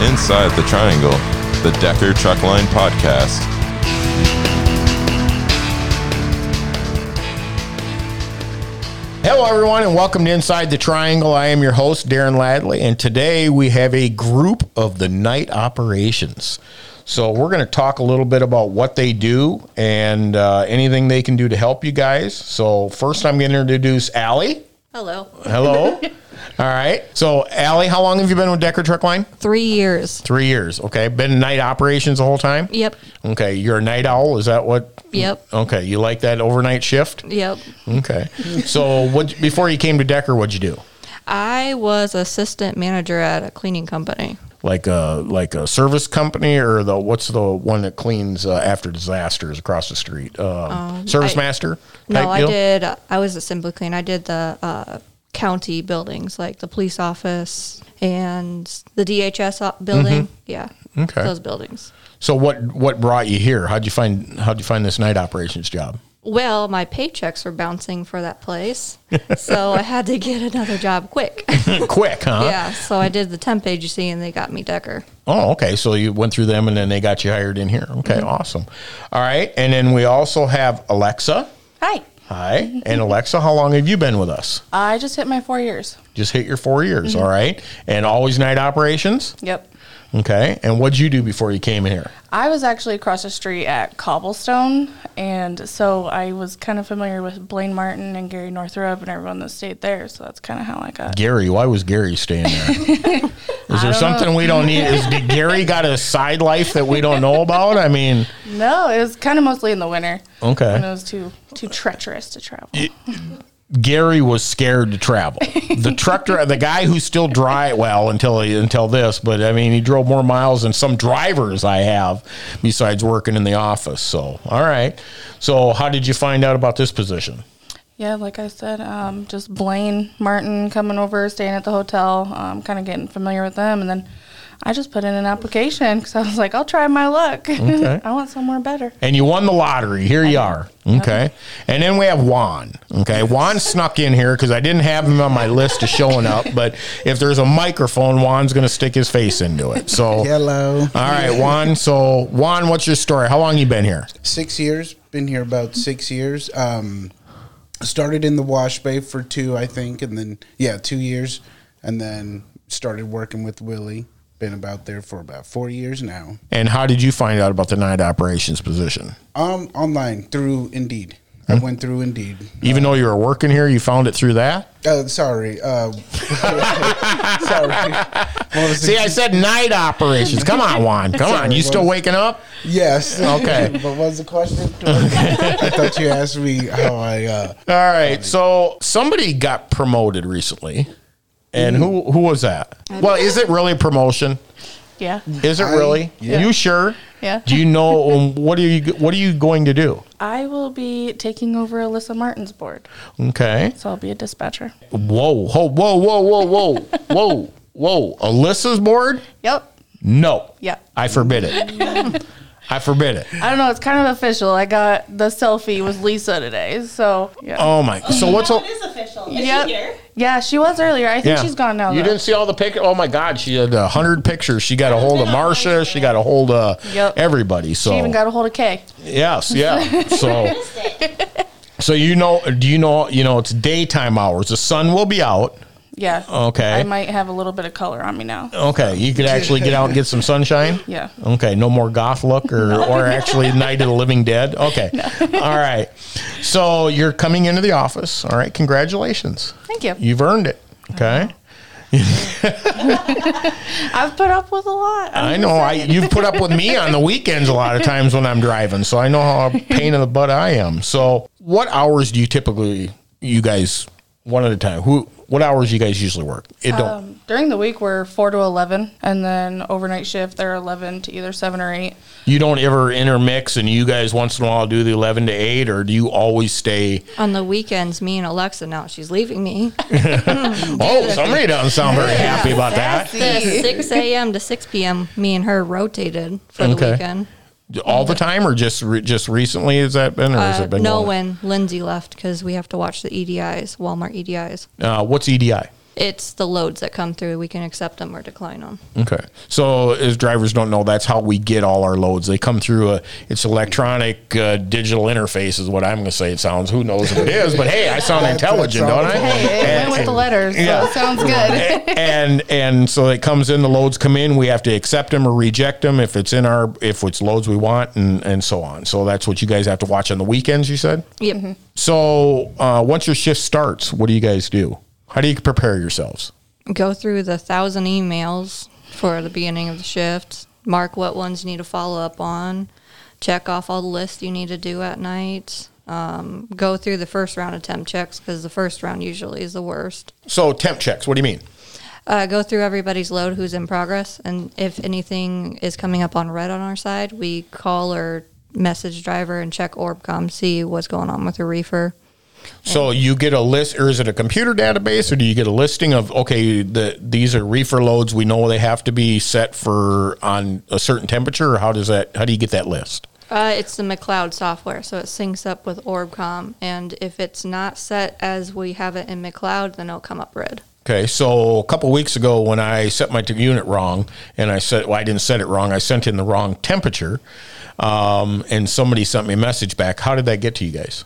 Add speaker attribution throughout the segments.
Speaker 1: Inside the Triangle, the Decker Truckline Podcast.
Speaker 2: Hello, everyone, and welcome to Inside the Triangle. I am your host, Darren Ladley, and today we have a group of the night operations. So, we're going to talk a little bit about what they do and uh, anything they can do to help you guys. So, first, I'm going to introduce Allie.
Speaker 3: Hello.
Speaker 2: Hello. All right. So, Allie, how long have you been with Decker Truck Line?
Speaker 3: Three years.
Speaker 2: Three years. Okay. Been in night operations the whole time?
Speaker 3: Yep.
Speaker 2: Okay. You're a night owl. Is that what?
Speaker 3: Yep.
Speaker 2: Okay. You like that overnight shift?
Speaker 3: Yep.
Speaker 2: Okay. So, what before you came to Decker, what'd you do?
Speaker 3: I was assistant manager at a cleaning company.
Speaker 2: Like a like a service company or the what's the one that cleans uh, after disasters across the street? Um, service
Speaker 3: I-
Speaker 2: master.
Speaker 3: No,
Speaker 2: type
Speaker 3: I
Speaker 2: deal?
Speaker 3: did. I was assembly clean. I did the uh, county buildings, like the police office and the DHS o- building. Yeah.
Speaker 2: Okay.
Speaker 3: Those buildings.
Speaker 2: So what what brought you here? How'd you find how'd you find this night operations job?
Speaker 3: Well, my paychecks were bouncing for that place, so I had to get another job quick.
Speaker 2: Quick, huh?
Speaker 3: yeah. So I did the temp agency, and they got me Decker.
Speaker 2: Oh, okay. So you went through them and then they got you hired in here. Okay,
Speaker 3: Mm-hmm.
Speaker 2: awesome. All right. And then we also have Alexa.
Speaker 4: Hi.
Speaker 2: Hi. And Alexa, how long have you been with us?
Speaker 4: I just hit my four years.
Speaker 2: Just hit your four years.
Speaker 3: Mm-hmm.
Speaker 2: all right. And always night operations.
Speaker 4: Yep.
Speaker 2: Okay. And what'd you do before you came in here?
Speaker 4: I was actually across the street at Cobblestone, and so I was kind of familiar with Blaine Martin and Gary Northrup and everyone that stayed there. So that's kind of how I got.
Speaker 2: Gary, why was Gary staying there? Is there something we don't need? Is did Gary got a side life that we don't know about? I mean,
Speaker 4: No, it was kind of mostly in the winter.
Speaker 2: Okay.
Speaker 4: When it was too too treacherous to travel.
Speaker 2: Gary was scared to travel. The truck driver, the guy who still drive well until he, until this, but I mean, he drove more miles than some drivers I have besides working in the office. So, all right. So, how did you find out about this position?
Speaker 4: Yeah, like I said, um, just Blaine Martin coming over, staying at the hotel, um, kind of getting familiar with them, and then I just put in an application because I was like, I'll try my luck.
Speaker 2: Okay.
Speaker 4: I want somewhere better.
Speaker 2: and you won the lottery. Here you are. Okay. And then we have Juan. Okay. Juan snuck in here because I didn't have him on my list of showing up. But if there's a microphone, Juan's going to stick his face into it. So,
Speaker 5: Hello.
Speaker 2: all right, Juan. So, Juan, what's your story? How long you been here?
Speaker 5: Six years. Been here about six years. Um, started in the wash bay for two, I think, and then yeah, two years, and then started working with Willie. Been about there for about four years now.
Speaker 2: And how did you find out about the night operations position?
Speaker 5: Um, online through Indeed.
Speaker 2: Hmm?
Speaker 5: I went through Indeed.
Speaker 2: Even though you were working here, you found it through that?
Speaker 5: Oh, sorry. Uh, sorry. What was the-
Speaker 2: See, I said night operations. Come on, Juan. Come on. You still waking up?
Speaker 5: yes.
Speaker 2: Okay.
Speaker 5: but what was the question? I thought you asked me how I. Uh,
Speaker 2: All right. So somebody got promoted recently. And who who was that? Well, is it really a promotion?
Speaker 4: Yeah.
Speaker 2: Is it really?
Speaker 5: yeah.
Speaker 2: You sure?
Speaker 4: Yeah.
Speaker 2: Do you know um, what are you what are you going to do?
Speaker 4: I will be taking over Alyssa Martin's board,
Speaker 2: Okay.
Speaker 4: so I'll be a dispatcher.
Speaker 2: Whoa, whoa, whoa, whoa, whoa, whoa, whoa, whoa. Alyssa's board?
Speaker 4: Yep.
Speaker 2: No.
Speaker 4: Yeah.
Speaker 2: I forbid it. I forbid it.
Speaker 4: I don't know. It's kind of official. I got the selfie with Lisa today, so yeah.
Speaker 2: Oh my. So what's all?
Speaker 6: is official.
Speaker 4: Yep. Yeah, she was earlier. I think she's gone now.
Speaker 2: You
Speaker 4: though.
Speaker 2: didn't see all the pictures. Oh my God, she had a hundred pictures. She got a hold of Marcia. She got a hold of
Speaker 4: Yep.
Speaker 2: everybody. So
Speaker 4: She even got a hold of Kay.
Speaker 2: Yes, yeah. So,
Speaker 6: it.
Speaker 2: so you know, do you know? You know, it's daytime hours. The sun will be out.
Speaker 4: Yeah.
Speaker 2: Okay.
Speaker 4: I might have a little bit of color on me now.
Speaker 2: Okay, you could actually get out and get some sunshine.
Speaker 4: Yeah.
Speaker 2: Okay, no more goth look or or actually Night of the Living Dead. Okay. All right. So you're coming into the office. All right. Congratulations.
Speaker 4: Thank you.
Speaker 2: You've earned it. Okay.
Speaker 4: I've put up with a lot. Um, I'm
Speaker 2: I
Speaker 4: just
Speaker 2: know. I
Speaker 4: saying.
Speaker 2: you've put up with me on the weekends a lot of times when I'm driving, so I know how a pain in the butt I am. So, what hours do you typically you guys one at a time? Who? What hours you guys usually work? It don't.
Speaker 3: Um,
Speaker 4: um, During the week, we're 4 to 11, and then overnight shift, they're 11 to either 7 or 8.
Speaker 2: you don't ever intermix, and you guys once in a while do the eleven to eight, or do you always stay?
Speaker 3: On the weekends, me and Alexa. Now she's leaving me.
Speaker 2: Oh, somebody doesn't sound very happy about that.
Speaker 3: The 6 a.m. to 6 p.m. Me and her rotated for
Speaker 2: Okay.
Speaker 3: the weekend.
Speaker 2: All the time, or just re- just recently has that been, or has
Speaker 3: Uh,
Speaker 2: it been?
Speaker 3: no,
Speaker 2: going?
Speaker 3: when Lindsay left because we have to watch the EDIs, E Walmart EDIs.
Speaker 2: Uh, what's EDI?
Speaker 3: It's the loads that come through. We can accept them or decline them.
Speaker 2: Okay. So as drivers don't know, that's how we get all our loads. They come through a it's electronic uh, digital interface is what I'm going to say. It sounds who knows what it is, but hey, I sound
Speaker 5: That's
Speaker 2: intelligent,
Speaker 5: what
Speaker 2: don't
Speaker 5: it
Speaker 2: I?
Speaker 5: sounds
Speaker 4: Hey, it went with the letters, so
Speaker 2: Yeah.
Speaker 4: it sounds good.
Speaker 2: and and so it comes in the loads come in we have to accept them or reject them if it's in our if it's loads we want and and so on so that's what you guys have to watch on the weekends you said
Speaker 3: Yep.
Speaker 2: Mm-hmm. so uh, once your shift starts what do you guys do how do you prepare yourselves
Speaker 3: Go through the thousand emails for the beginning of the shift. Mark what ones you need to follow up on. Check off all the lists you need to do at night. Um, go through the first round of temp checks because the first round usually is the worst.
Speaker 2: so temp checks what do you mean
Speaker 3: uh, go through everybody's load who's in progress and if anything is coming up on red on our side we call or message driver and check orbcom see what's going on with the reefer
Speaker 2: so you get a list or is it a computer database or do you get a listing of okay the these are reefer loads we know they have to be set for on a certain temperature or how does that how do you get that list
Speaker 3: uh, it's the mcleod software so it syncs up with orbcom and if it's not set as we have it in mcleod then it'll come up red
Speaker 2: Okay, so a couple weeks ago, when I set my t- unit wrong, and I said, well, I didn't set it wrong. I sent in the wrong temperature, um, and somebody sent me a message back. How did that get to you guys?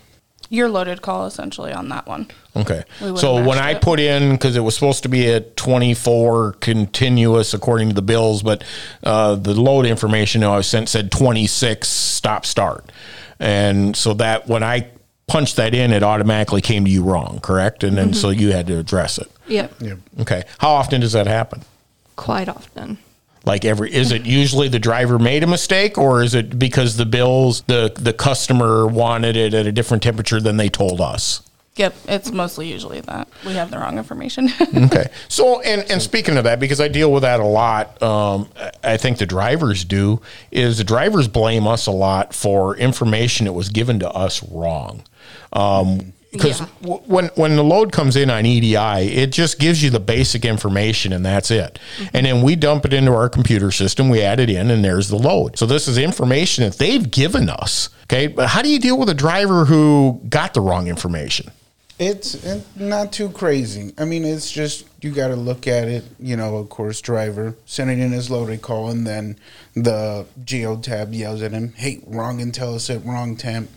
Speaker 4: Your loaded call essentially on that one.
Speaker 2: Okay,
Speaker 4: would've
Speaker 2: so when
Speaker 4: matched
Speaker 2: I
Speaker 4: it.
Speaker 2: put in because it was supposed to be a twenty-four continuous according to the bills, but uh, the load information I was sent said twenty-six stop start, and so that when I punched that in, it automatically came to you wrong, correct? And then
Speaker 4: Mm-hmm.
Speaker 2: so you had to address it.
Speaker 3: yep
Speaker 5: Yep.
Speaker 2: Okay, how often does that happen?
Speaker 3: quite often
Speaker 2: Like every is it usually the driver made a mistake or is it because the bills the the customer wanted it at a different temperature than they told us?
Speaker 4: Yep, it's mostly usually that we have the wrong information.
Speaker 2: Okay. So and and speaking of that because I deal with that a lot um I- I think the drivers do is the drivers blame us a lot for information that was given to us wrong. Um because
Speaker 3: Yeah.
Speaker 2: w- when when the load comes in on EDI, it just gives you the basic information and that's it. And then we dump it into our computer system, we add it in, and there's the load. So this is information that they've given us. Okay, but how do you deal with a driver who got the wrong information?
Speaker 5: It's it, not too crazy. I mean, it's just you got to look at it. You know, of course, driver sending in his loaded call, and then the geo tab yells at him, "Hey, wrong IntelliSet, wrong temp."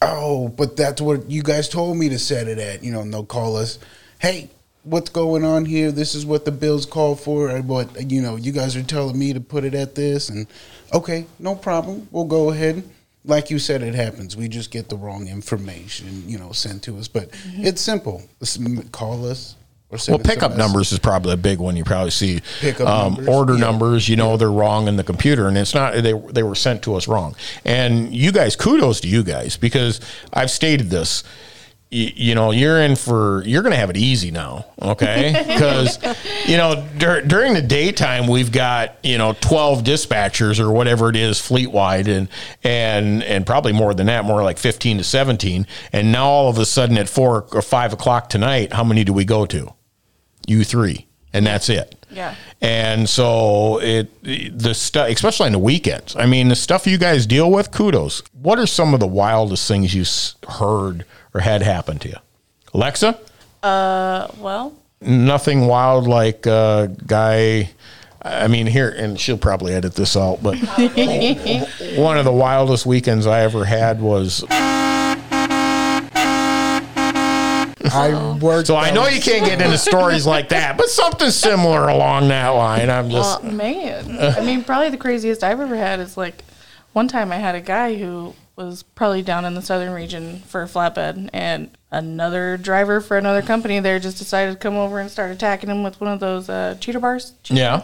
Speaker 5: Oh, but that's what you guys told me to set it at. You know, and they'll call us, "Hey, what's going on here? This is what the bills call for. I what you know, you guys are telling me to put it at this." And okay, no problem. We'll go ahead like you said, it happens. We just get the wrong information, you know, sent to us. But it's simple. Just m- Call us or send
Speaker 2: Well, pickup
Speaker 5: SMS.
Speaker 2: numbers is probably a big one. You probably see um,
Speaker 5: Pickup numbers,
Speaker 2: order
Speaker 5: yeah.
Speaker 2: numbers. You know they're wrong in the computer, and it's not they they were sent to us wrong. And you guys, kudos to you guys because I've stated this. You, you know you're in for you're going to have it easy now, okay? Because you know dur- during the daytime we've got you know twelve dispatchers or whatever it is fleet wide, and and and probably more than that, more like fifteen to seventeen. And now all of a sudden at four or five o'clock tonight, how many do we go to? you three, and that's it.
Speaker 4: Yeah.
Speaker 2: And so it the stuff, especially on the weekends. I mean, the stuff you guys deal with. Kudos. What are some of the wildest things you s- heard or had happen to you, Alexa?
Speaker 4: well,
Speaker 2: Nothing wild like uh, guy. I mean, here and she'll probably edit this out, but one of the wildest weekends I ever had was.
Speaker 5: I worked.
Speaker 2: So I know
Speaker 5: those-
Speaker 2: you can't get into stories like that, but something similar along that line. I'm just.
Speaker 3: well
Speaker 4: man, I mean, probably the craziest I've ever had is like one time I had a guy who was probably down in the southern region for a flatbed, and another driver for another company there just decided to come over and start attacking him with one of those uh, cheater bars.
Speaker 2: yeah.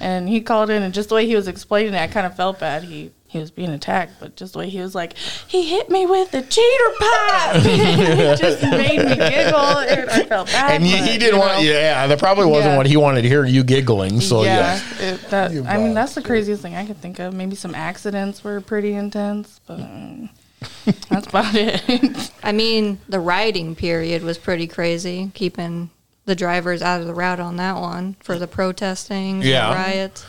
Speaker 4: and he called in and just the way he was explaining it i kind of felt bad he he was being attacked but just the way he was like he hit me with a cheater pipe it just made me giggle and i felt bad
Speaker 2: and you,
Speaker 4: but,
Speaker 2: he didn't
Speaker 4: you
Speaker 2: want.
Speaker 4: know,
Speaker 2: Yeah, that probably wasn't
Speaker 4: Yeah.
Speaker 2: what he wanted to hear. You giggling. So yeah.
Speaker 4: yeah, it- that,
Speaker 5: You
Speaker 4: I mean that's the craziest thing I could think of. Maybe some accidents were pretty intense, but um, that's about it.
Speaker 3: I mean, the riding period was pretty crazy, keeping the drivers out of the route on that one for the protesting,
Speaker 2: Yeah.
Speaker 3: the riots.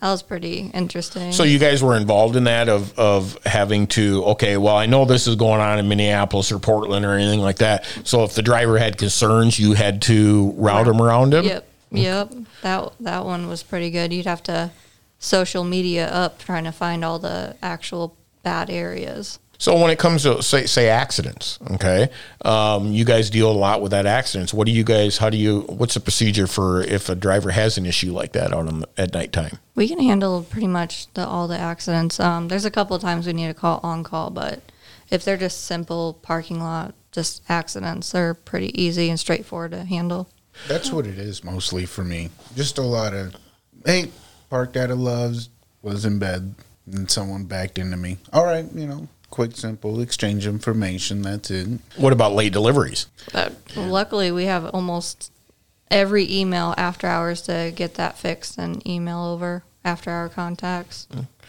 Speaker 3: That was pretty interesting.
Speaker 2: So you guys were involved in that of of having to okay, well, I know this is going on in Minneapolis or Portland or anything like that. So if the driver had concerns, you had to route them around him.
Speaker 3: Yep, yep. That that one was pretty good. You'd have to social media up trying to find all the actual bad areas.
Speaker 2: So when it comes to say say accidents, okay, um, you guys deal a lot with that accidents. What do you guys? How do you? What's the procedure for if a driver has an issue like that on them at nighttime?
Speaker 3: We can handle pretty much the, all the accidents. Um, there's a couple of times we need to call on call, but if they're just simple parking lot just accidents, they're pretty easy and straightforward to handle.
Speaker 5: That's what it is mostly for me. Just a lot of, hey, parked out of Love's, was in bed, and someone backed into me. All right, you know, quick, simple, exchange information. That's it.
Speaker 2: What about late deliveries?
Speaker 3: But luckily, we have almost every email after hours to get that fixed and email over after our contacts.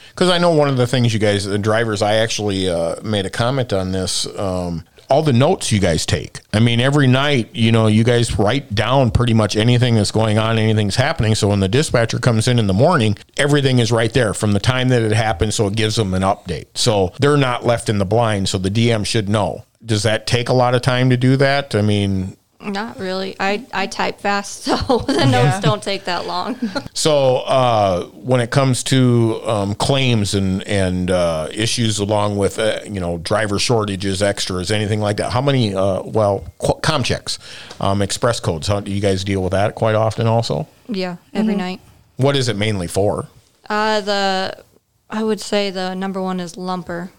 Speaker 2: Because I know one of the things you guys, the drivers, I actually uh, made a comment on this. Um, all the notes you guys take. I mean, every night, you know, you guys write down pretty much anything that's going on, anything's happening. So when the dispatcher comes in in the morning, everything is right there from the time that it happened. So it gives them an update. So they're not left in the blind. So the DM should know. Does that take a lot of time to do that? I mean,
Speaker 3: Not really. I, I type fast, so the notes don't take that long.
Speaker 2: So uh, when it comes to um, claims and and uh, issues along with uh, you know driver shortages, extras, anything like that, how many? Uh, well, qu- com checks, um, express codes. How do you guys deal with that quite often? Also,
Speaker 3: yeah, every night.
Speaker 2: what is it mainly for?
Speaker 3: Uh, the I would say the number one is lumper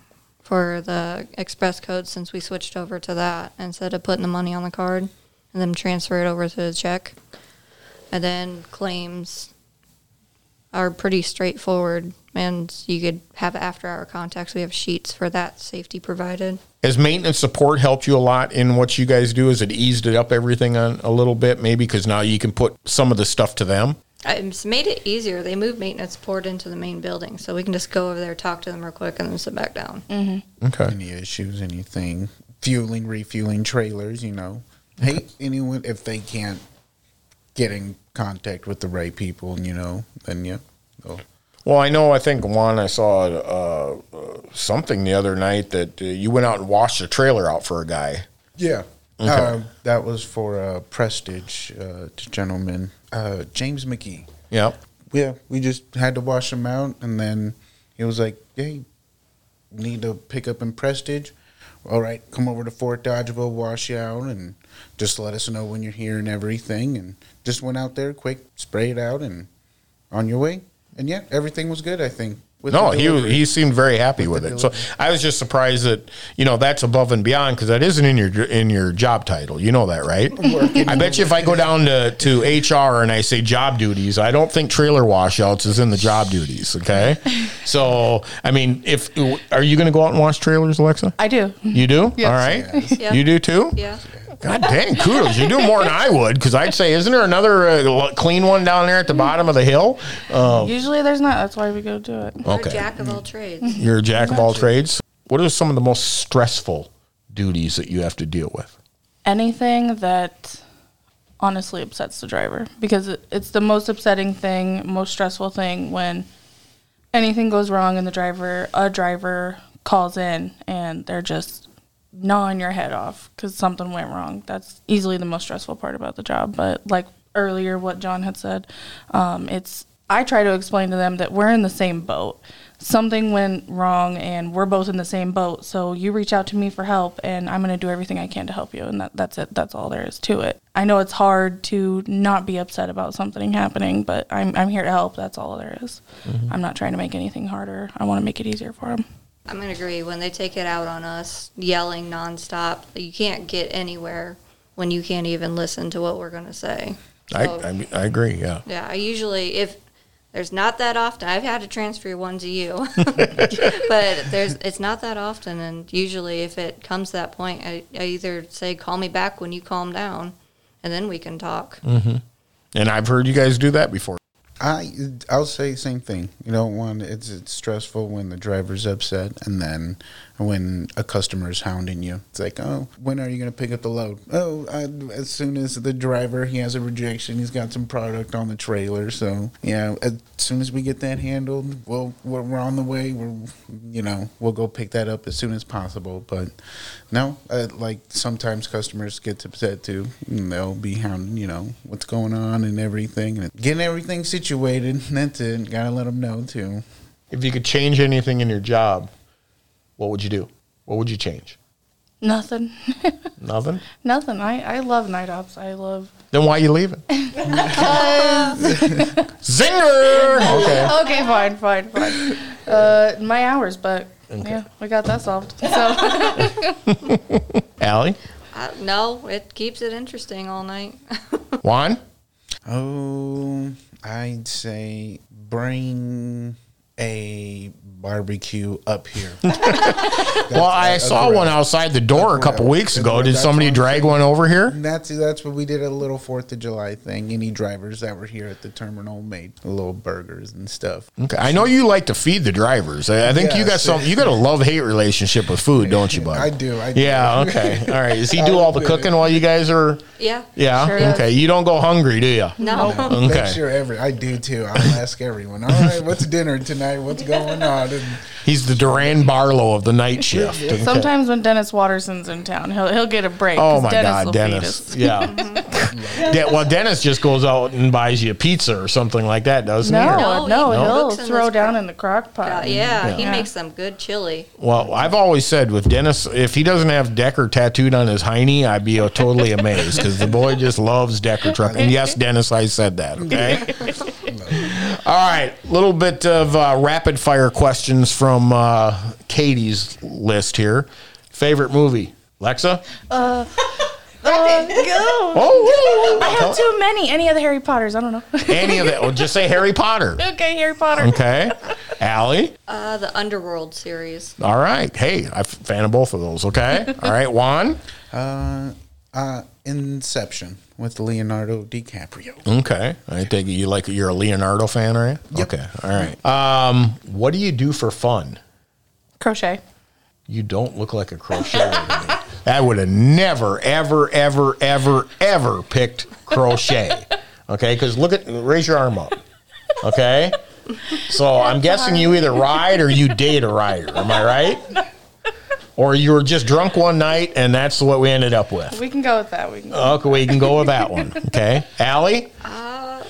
Speaker 3: for the express code since we switched over to that instead of putting the money on the card and then transfer it over to the check. And then claims are pretty straightforward, and you could have after hour contacts. We have sheets for that safety provided.
Speaker 2: Has maintenance support helped you a lot in what you guys do? Has it eased it up everything on a little bit? Maybe because now you can put some of the stuff to them.
Speaker 3: It's made it easier. They moved maintenance port into the main building, so we can just go over there, talk to them real quick, and then sit back down.
Speaker 2: Okay.
Speaker 5: Any issues, anything, fueling, refueling trailers, you know. Hey, anyone, if they can't get in contact with the right people, you know, then yeah. they'll-
Speaker 2: Well, I know. I think one I saw uh, uh, something the other night that uh, you went out and washed a trailer out for a guy.
Speaker 5: Yeah. Uh, that was for uh, Prestige, uh, gentleman, uh, James McKee.
Speaker 2: Yep.
Speaker 5: Yeah, we just had to wash him out, and then he was like, "Hey, need to pick up in Prestige. All right, come over to Fort Dodge. We'll wash you out, and just let us know when you're here and everything." And just went out there quick, spray it out, and on your way. And yeah, everything was good. I think. With
Speaker 2: No,
Speaker 5: the
Speaker 2: he was,
Speaker 5: delivery.
Speaker 2: he seemed very happy with it. So I was just surprised that you know that's above and beyond because that isn't in your in your job title. You know that, right? I bet you if I go down to to HR and I say job duties, I don't think trailer washouts is in the job duties. Okay, so I mean, if are you going to go out and wash trailers, Alexa?
Speaker 4: I do.
Speaker 2: You do?
Speaker 4: Yes.
Speaker 2: All right.
Speaker 3: Yeah.
Speaker 2: You do too?
Speaker 3: Yeah.
Speaker 2: God dang, kudos. You do more than I would because I'd say, isn't there another uh, l- clean one down there at the bottom of the hill? Uh,
Speaker 4: Usually there's not. That's why we go do it.
Speaker 3: We're jack of all trades.
Speaker 2: You're a jack of all trades. What are some of the most stressful duties that you have to deal with?
Speaker 4: anything that honestly upsets the driver because it, it's the most upsetting thing, most stressful thing when anything goes wrong and the driver, a driver calls in and they're just gnawing your head off because something went wrong. That's easily the most stressful part about the job. But like earlier, what John had said, um, it's I try to explain to them that we're in the same boat. Something went wrong, and we're both in the same boat. So you reach out to me for help, and I'm going to do everything I can to help you. And that, that's it. That's all there is to it. I know it's hard to not be upset about something happening, but I'm, I'm here to help. That's all there is.
Speaker 2: Mm-hmm.
Speaker 4: I'm not trying to make anything harder. I want to make it easier for them.
Speaker 3: I'm gonna agree. When they take it out on us, yelling nonstop, you can't get anywhere when you can't even listen to what we're gonna say.
Speaker 2: I,
Speaker 3: So,
Speaker 2: I, I agree, yeah.
Speaker 3: yeah, I usually if there's not that often. I've had to transfer one to you, but there's it's not that often. And usually, if it comes to that point, I, I either say call me back when you calm down, and then we can talk.
Speaker 2: And I've heard you guys do that before.
Speaker 5: I I'll say the same thing. You know, one it's it's stressful when the driver's upset, and then when a customer's hounding you. It's like, oh, when are you going to pick up the load? Oh, I, as soon as the driver he has a rejection, he's got some product on the trailer. So yeah, as soon as we get that handled, we'll we're, we're on the way. We're you know we'll go pick that up as soon as possible. But no, uh, like sometimes customers get upset too. And they'll be hounding, you know, what's going on and everything, and getting everything situated. That's it. Gotta let them know too.
Speaker 2: If you could change anything in your job, what would you do? What would you change?
Speaker 4: Nothing.
Speaker 2: Nothing.
Speaker 4: Nothing. I, I love night ops. I love.
Speaker 2: Then why you leaving? Zinger. Okay.
Speaker 4: Okay, fine, fine, fine. Uh, my hours, but yeah, we got that solved. So
Speaker 2: Allie,
Speaker 3: Uh, no, it keeps it interesting all night.
Speaker 2: Juan.
Speaker 5: Oh, I'd say bring a barbecue up here.
Speaker 2: Well, I saw one outside the door a couple weeks ago. Did somebody drag one over here?
Speaker 5: And that's that's what we did at a little Fourth of July thing. Any drivers that were here at the terminal made little burgers and stuff.
Speaker 2: Okay. I know you like to feed the drivers. I, I think you got
Speaker 5: Yes.
Speaker 2: some. You got a love hate relationship with food, don't you, bud?
Speaker 5: I do. I do.
Speaker 2: Yeah. Okay. All right. Does he do all the cooking while you guys are?
Speaker 3: yeah.
Speaker 2: Yeah.
Speaker 4: Sure does.
Speaker 2: okay. You don't go hungry, do you?
Speaker 3: No.
Speaker 2: Okay.
Speaker 5: That's your every. I do too. I'll ask everyone. All right, what's dinner tonight? What's going on? And
Speaker 2: He's the Duran Barlow of the night shift. Okay.
Speaker 4: sometimes when Dennis Watterson's in town, he'll he'll get a break.
Speaker 2: Oh
Speaker 4: 'cause
Speaker 2: my God,
Speaker 4: will feed
Speaker 2: Dennis!
Speaker 4: us.
Speaker 2: Yeah. De- well, Dennis just goes out and buys you a pizza or something like that, doesn't he? Or-
Speaker 4: No,
Speaker 3: No,
Speaker 4: no,
Speaker 3: he
Speaker 4: he'll
Speaker 3: cooks in
Speaker 4: throw
Speaker 3: this
Speaker 4: down
Speaker 3: crock-
Speaker 4: in the crock
Speaker 3: Uh,
Speaker 4: pot.
Speaker 3: yeah,
Speaker 2: Yeah.
Speaker 3: he makes some good chili.
Speaker 2: Well, I've always said with Dennis, if he doesn't have Decker tattooed on his hiney, I'd be uh, totally amazed because the boy just loves Decker truck. And yes, Dennis, I said that. Okay. All right, little bit of uh, rapid fire questions from uh, Katie's list here. Favorite movie, Lexa?
Speaker 4: Uh, go.
Speaker 2: Oh,
Speaker 4: I have too many. Any of the Harry Potters? I don't know.
Speaker 2: any of that? Well, just say Harry Potter.
Speaker 4: okay, Harry Potter.
Speaker 2: Okay, Allie.
Speaker 3: Uh, the Underworld series.
Speaker 2: All right. Hey, I'm a fan of both of those. Okay. All right, Juan.
Speaker 5: uh, Inception with Leonardo DiCaprio.
Speaker 2: Okay. I think you like you're a Leonardo fan, right? Okay. All right. Um, what do you do for fun?
Speaker 4: Crochet.
Speaker 2: You don't look like a crocheter. to me. I would have never, ever, ever, ever, ever picked crochet. Okay, because look at raise your arm up. Okay. So I'm guessing you either ride or you date a rider. Am I right? Or you were just drunk one night and that's what we ended up with.
Speaker 4: We can go with that. We can. Go.
Speaker 2: Okay, we can go with that one. Okay. Allie?
Speaker 3: I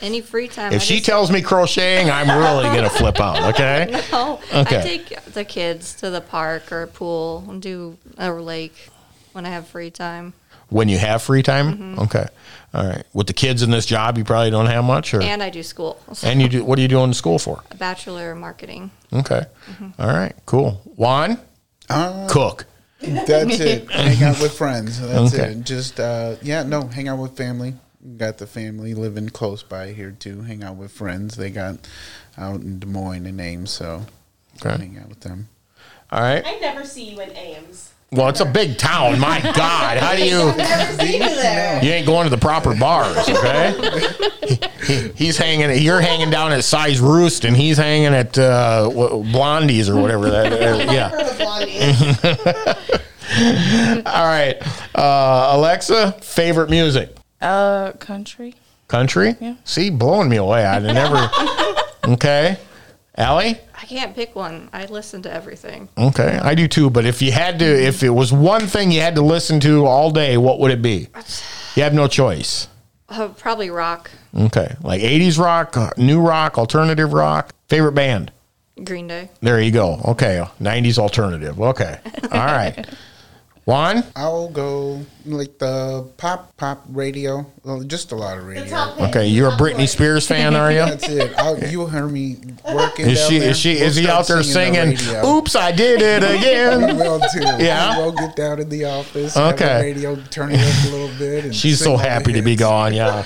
Speaker 3: any free time.
Speaker 2: If
Speaker 3: I
Speaker 2: she
Speaker 3: just-
Speaker 2: tells me crocheting, I'm really gonna flip out. Okay.
Speaker 3: no,
Speaker 2: Okay.
Speaker 3: I take the kids to the park or pool and do or lake when I have free time.
Speaker 2: When you have free time. Okay. All right. With the kids in this job, you probably don't have much. Or and,
Speaker 3: And I do school. So
Speaker 2: you do. What are you doing in school for?
Speaker 3: a bachelor in marketing.
Speaker 2: Okay. All right. Cool. Juan,
Speaker 5: Uh,
Speaker 2: cook.
Speaker 5: That's it. Hang out with friends. That's
Speaker 2: Okay.
Speaker 5: it. Just uh, yeah, no, hang out with family. Got the family living close by here too. Hang out with friends. They got out in Des Moines and Ames, so
Speaker 2: Okay.
Speaker 5: hang out with them.
Speaker 2: All right.
Speaker 6: I never see you in Ames.
Speaker 2: Well, it's a big town. My God, how do you?
Speaker 6: Never see you there.
Speaker 2: You ain't going to the proper bars, okay? He- he- he's hanging. You're hanging down at Size Roost, and he's hanging at uh, wh- Blondie's or whatever that. yeah.
Speaker 6: Heard of Blondie.
Speaker 2: All right. Uh, Alexa, favorite music?
Speaker 4: Uh, country.
Speaker 2: Country?
Speaker 4: Yeah.
Speaker 2: See, blowing me away. I never. okay. Allie?
Speaker 3: I can't pick one. I listen to everything.
Speaker 2: Okay. I do too, but if you had to, if it was one thing you had to listen to all day, what would it be? You have no choice.
Speaker 3: Uh, probably rock.
Speaker 2: Okay. Like 80s rock, uh, new rock, alternative rock. Favorite band?
Speaker 3: Green Day.
Speaker 2: There you go. Okay. 90s alternative. Okay. All right. Juan?
Speaker 5: I'll go like the pop pop radio. Well, just a lot of radio.
Speaker 2: Okay. You're a Britney Spears fan, are you?
Speaker 5: That's it. I'll, you'll hear me working.
Speaker 2: Is
Speaker 5: down
Speaker 2: she
Speaker 5: there.
Speaker 2: is she
Speaker 5: We'll
Speaker 2: is he
Speaker 5: start
Speaker 2: out there singing?
Speaker 5: the radio.
Speaker 2: Oops, I did it again.
Speaker 5: We will too.
Speaker 2: Yeah?
Speaker 5: We'll get down in the office.
Speaker 2: Okay.
Speaker 5: Have the radio turning up a little bit. And
Speaker 2: She's
Speaker 5: sing
Speaker 2: so
Speaker 5: all the
Speaker 2: happy to be
Speaker 5: hits.
Speaker 2: gone. Yeah.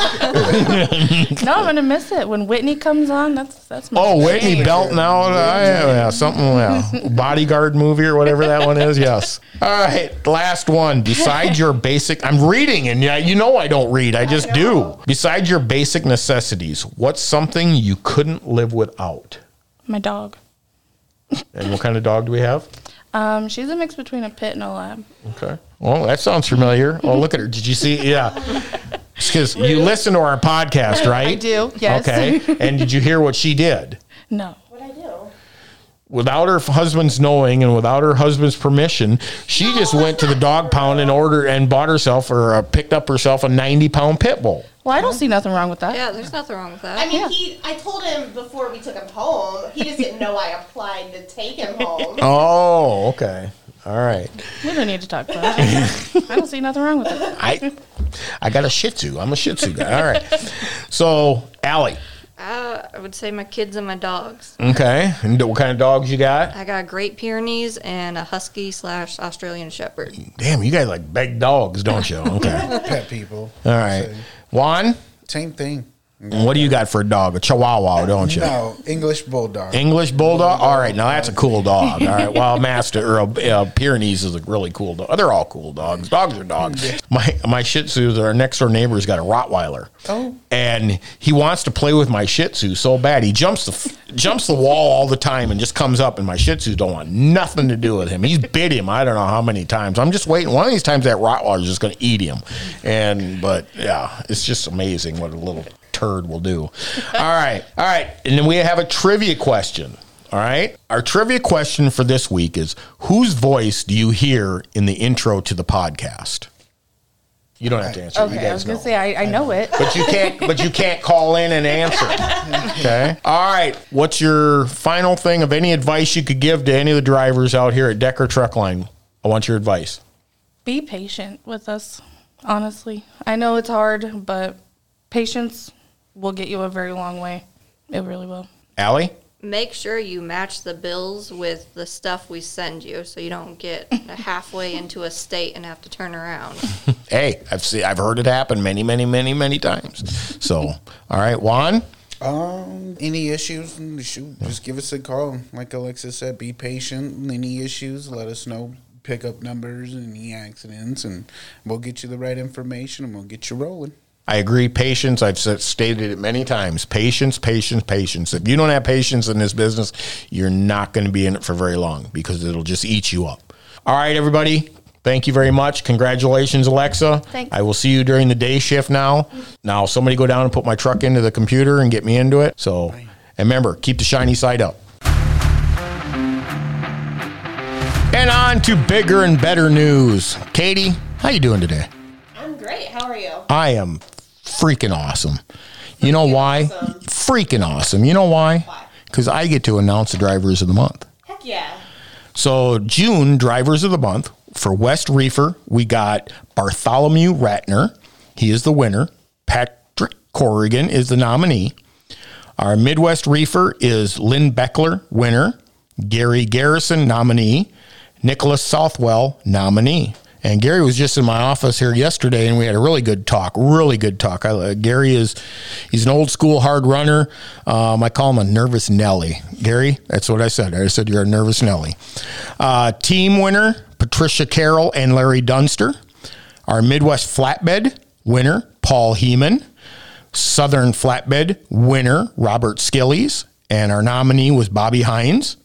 Speaker 4: No, I'm gonna miss it when Whitney comes on. That's that's. My
Speaker 2: Oh, Whitney
Speaker 4: jam.
Speaker 2: belting out. I, yeah, something. Yeah. Bodyguard movie or whatever that one is. Yes. All right. Last one. Besides your basic, I'm reading, and yeah, you know I don't read. I just do. Besides your basic necessities, what's something you couldn't live without?
Speaker 4: My dog.
Speaker 2: And what kind of dog do we have?
Speaker 4: Um, she's a mix between a pit and a lab.
Speaker 2: Okay. Well, that sounds familiar. Oh, look at her. Did you see? Yeah. Because you listen to our podcast, right?
Speaker 4: I do, yes.
Speaker 2: Okay. And did you hear what she did?
Speaker 4: No.
Speaker 6: What I do?
Speaker 2: Without her husband's knowing and without her husband's permission, she just went to the dog pound and ordered and bought herself or uh, picked up herself a 90 pound pit bull.
Speaker 4: Well, I don't see nothing wrong with that.
Speaker 3: Yeah, there's nothing wrong with that.
Speaker 6: I mean, he. I told him before we took him home. He just didn't know I applied to take him home.
Speaker 2: Oh, okay. All right.
Speaker 4: We don't need to talk about it. I don't see nothing wrong with it.
Speaker 2: I I got a Shih Tzu. I'm a Shih Tzu guy. All right. So, Allie.
Speaker 3: uh, I would say my kids and my dogs.
Speaker 2: Okay. And what kind of dogs you got?
Speaker 3: I got Great Pyrenees and a Husky slash Australian Shepherd.
Speaker 2: Damn, you guys like big dogs, don't you? Okay.
Speaker 5: Pet people.
Speaker 2: All right. Juan,
Speaker 5: Same thing.
Speaker 2: what do you got for a dog? A Chihuahua, don't you?
Speaker 5: No, English bulldog.
Speaker 2: English Bulldog. All right, now that's a cool dog. All right, well, Master or uh, Pyrenees is a really cool dog. They're all cool dogs. Dogs are dogs. My my Shih Tzus, our next door neighbor's got a Rottweiler.
Speaker 5: Oh.
Speaker 2: and he wants to play with my Shih Tzu so bad. He jumps the f- jumps the wall all the time and just comes up, and my Shih Tzus don't want nothing to do with him. He's bit him. I don't know how many times. I'm just waiting. One of these times that Rottweiler's just going to eat him. And but yeah, it's just amazing what a little turd will do. All right. All right. And then we have a trivia question. All right. Our trivia question for this week is whose voice do you hear in the intro to the podcast? You don't have to answer. you
Speaker 4: Okay, I
Speaker 2: guys
Speaker 4: was gonna
Speaker 2: know.
Speaker 4: say I, I know it.
Speaker 2: but you can't but you can't call in and answer. Okay. All right. What's your final thing of any advice you could give to any of the drivers out here at Decker Truck Line? I want your advice.
Speaker 4: Be patient with us. Honestly, I know it's hard, but patience will get you a very long way. It really will.
Speaker 2: Allie?
Speaker 3: Make sure you match the bills with the stuff we send you so you don't get halfway into a state and have to turn around.
Speaker 2: Hey, I've seen, I've heard it happen many, many, many, many times. So, all right, Juan.
Speaker 5: Um, any issues? mm, Shoot, just give us a call. Like Alexa said, be patient. Any issues, let us know. Pick up numbers and any accidents, and we'll get you the right information, and we'll get you rolling.
Speaker 2: I agree. Patience. I've s- stated it many times. Patience, patience, patience. If you don't have patience in this business, you're not going to be in it for very long because it'll just eat you up. All right, everybody. Thank you very much. Congratulations, Alexa.
Speaker 4: Thanks.
Speaker 2: I will see you during the day shift now. Now, somebody go down and put my truck into the computer and get me into it. So, and remember, keep the shiny side up. And on to bigger and better news. Katie, how you doing today?
Speaker 6: I'm great. How are you?
Speaker 2: I am freaking awesome. You know why?
Speaker 6: awesome.
Speaker 2: Freaking awesome. You know why?
Speaker 6: Why?
Speaker 2: Because I get to announce the drivers of the month.
Speaker 6: Heck yeah.
Speaker 2: So June drivers of the month for West Reefer, we got Bartholomew Ratner. He is the winner. Patrick Corrigan is the nominee. Our Midwest Reefer is Lynn Beckler, winner. Gary Garrison, nominee. Nicholas Southwell, nominee. And Gary was just in my office here yesterday, and we had a really good talk. Really good talk. I, uh, Gary is he's an old school hard runner. Um, I call him a nervous Nelly. Gary, that's what I said. I said you're a nervous Nelly. Uh, team winner Patricia Carroll and Larry Dunster. Our Midwest flatbed winner Paul Heeman. Southern Flatbed winner Robert Skillies, and our nominee was Bobby Hines.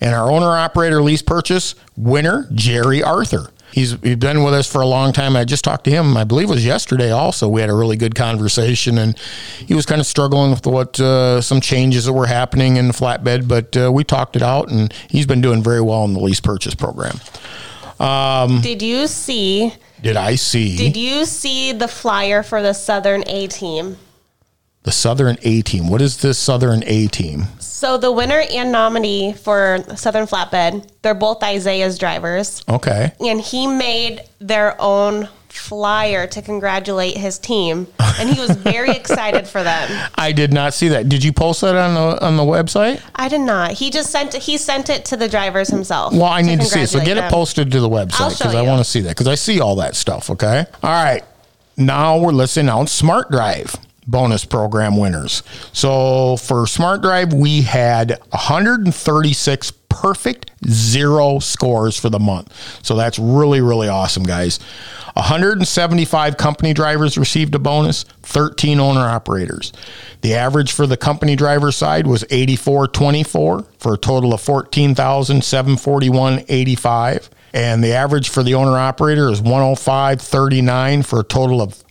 Speaker 2: And our owner operator lease purchase winner Jerry Arthur. He's, he's been with us for a long time. I just talked to him, I believe it was yesterday also. We had a really good conversation, and he was kind of struggling with what uh, some changes that were happening in the flatbed, but uh, we talked it out, and he's been doing very well in the lease purchase program.
Speaker 6: Did you see?
Speaker 2: Did I see
Speaker 6: Did you see the flyer for the Southern A team?
Speaker 2: the Southern A team? What is this Southern A team?
Speaker 6: So the winner and nominee for Southern Flatbed, they're both Isaiah's drivers,
Speaker 2: Okay.
Speaker 6: and he made their own flyer to congratulate his team, and he was very excited for them.
Speaker 2: I did not see that. Did you post that on the on the website?
Speaker 6: I did not. He just sent he sent it to the drivers himself.
Speaker 2: Well, I
Speaker 6: to
Speaker 2: need to see it. So
Speaker 6: congratulate
Speaker 2: get it
Speaker 6: them.
Speaker 2: posted to the
Speaker 6: I'll
Speaker 2: website
Speaker 6: show
Speaker 2: because I
Speaker 6: you.
Speaker 2: want to see that because I see all that stuff. Okay. All right. Now we're let's announce Smart Drive bonus program winners. So for Smart Drive, we had 136 perfect zero scores for the month. So that's really, really awesome, guys. 175 company drivers received a bonus, 13 owner operators. The average for the company driver side was 8424 for a total of 14,741.85. And the average for the owner operator is 105.39 for a total of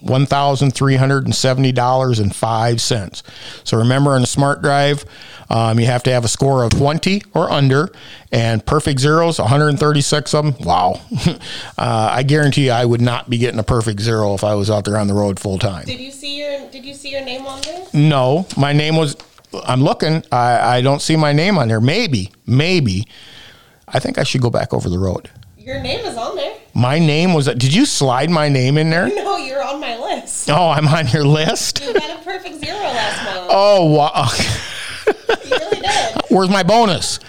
Speaker 2: $1,370.05. So remember in a smart drive, um, you have to have a score of 20 or under and perfect zeros, 136 of them. Wow. uh, I guarantee you, I would not be getting a perfect zero if I was out there on the road full time.
Speaker 6: Did you see your Did you see your name on there?
Speaker 2: No, my name was, I'm looking, I, I don't see my name on there. Maybe, maybe. I think I should go back over the road.
Speaker 6: Your name is on there.
Speaker 2: My name was. Did you slide my name in there?
Speaker 6: No, you're on my list.
Speaker 2: Oh, I'm on your list.
Speaker 6: You got a perfect zero last month.
Speaker 2: Oh, wow.
Speaker 6: You really did.
Speaker 2: where's my bonus?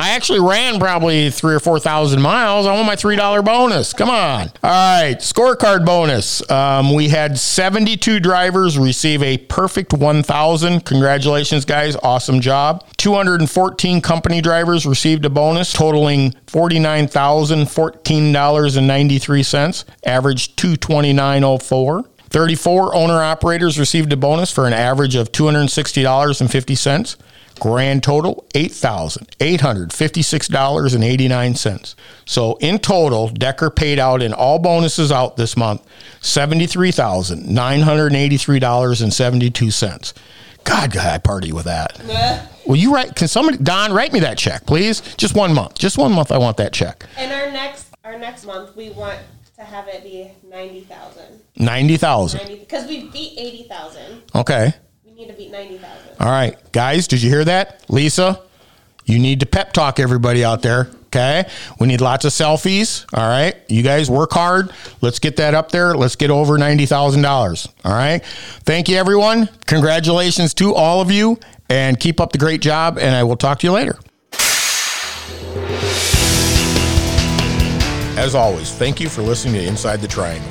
Speaker 2: I actually ran probably three or four thousand miles. I want my three dollar bonus. Come on! All right, scorecard bonus. Um, we had seventy two drivers receive a perfect one thousand. Congratulations, guys! Awesome job. Two hundred and fourteen company drivers received a bonus totaling forty nine thousand fourteen dollars and ninety three cents. Average two twenty nine oh four. 34 owner operators received a bonus for an average of $260.50. Grand total $8,856.89. So in total, Decker paid out in all bonuses out this month $73,983.72. God, God, I party with that. Will you write? Can somebody, Don, write me that check, please? Just one month. Just one month. I want that check.
Speaker 6: And our next our next month, we want to have it be ninety thousand.
Speaker 2: 90000
Speaker 6: Ninety because we beat eighty thousand.
Speaker 2: Okay.
Speaker 6: We need to beat ninety thousand.
Speaker 2: All right, guys, did you hear that? Lisa, you need to pep talk everybody out there. Okay. We need lots of selfies. All right. You guys work hard. Let's get that up there. Let's get over $90,000. All right. Thank you, everyone. Congratulations to all of you and keep up the great job. And I will talk to you later. As always, thank you for listening to Inside the Triangle.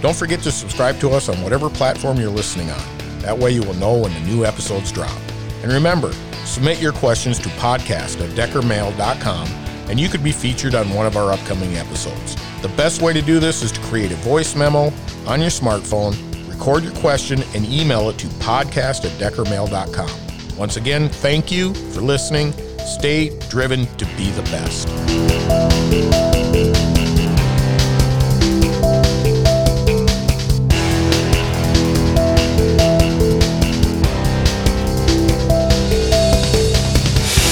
Speaker 2: Don't forget to subscribe to us on whatever platform you're listening on. That way you will know when the new episodes drop. And remember, submit your questions to podcast at deckermail.com and you could be featured on one of our upcoming episodes. The best way to do this is to create a voice memo on your smartphone, record your question, and email it to podcast at deckermail.com. Once again, thank you for listening. Stay driven to be the best.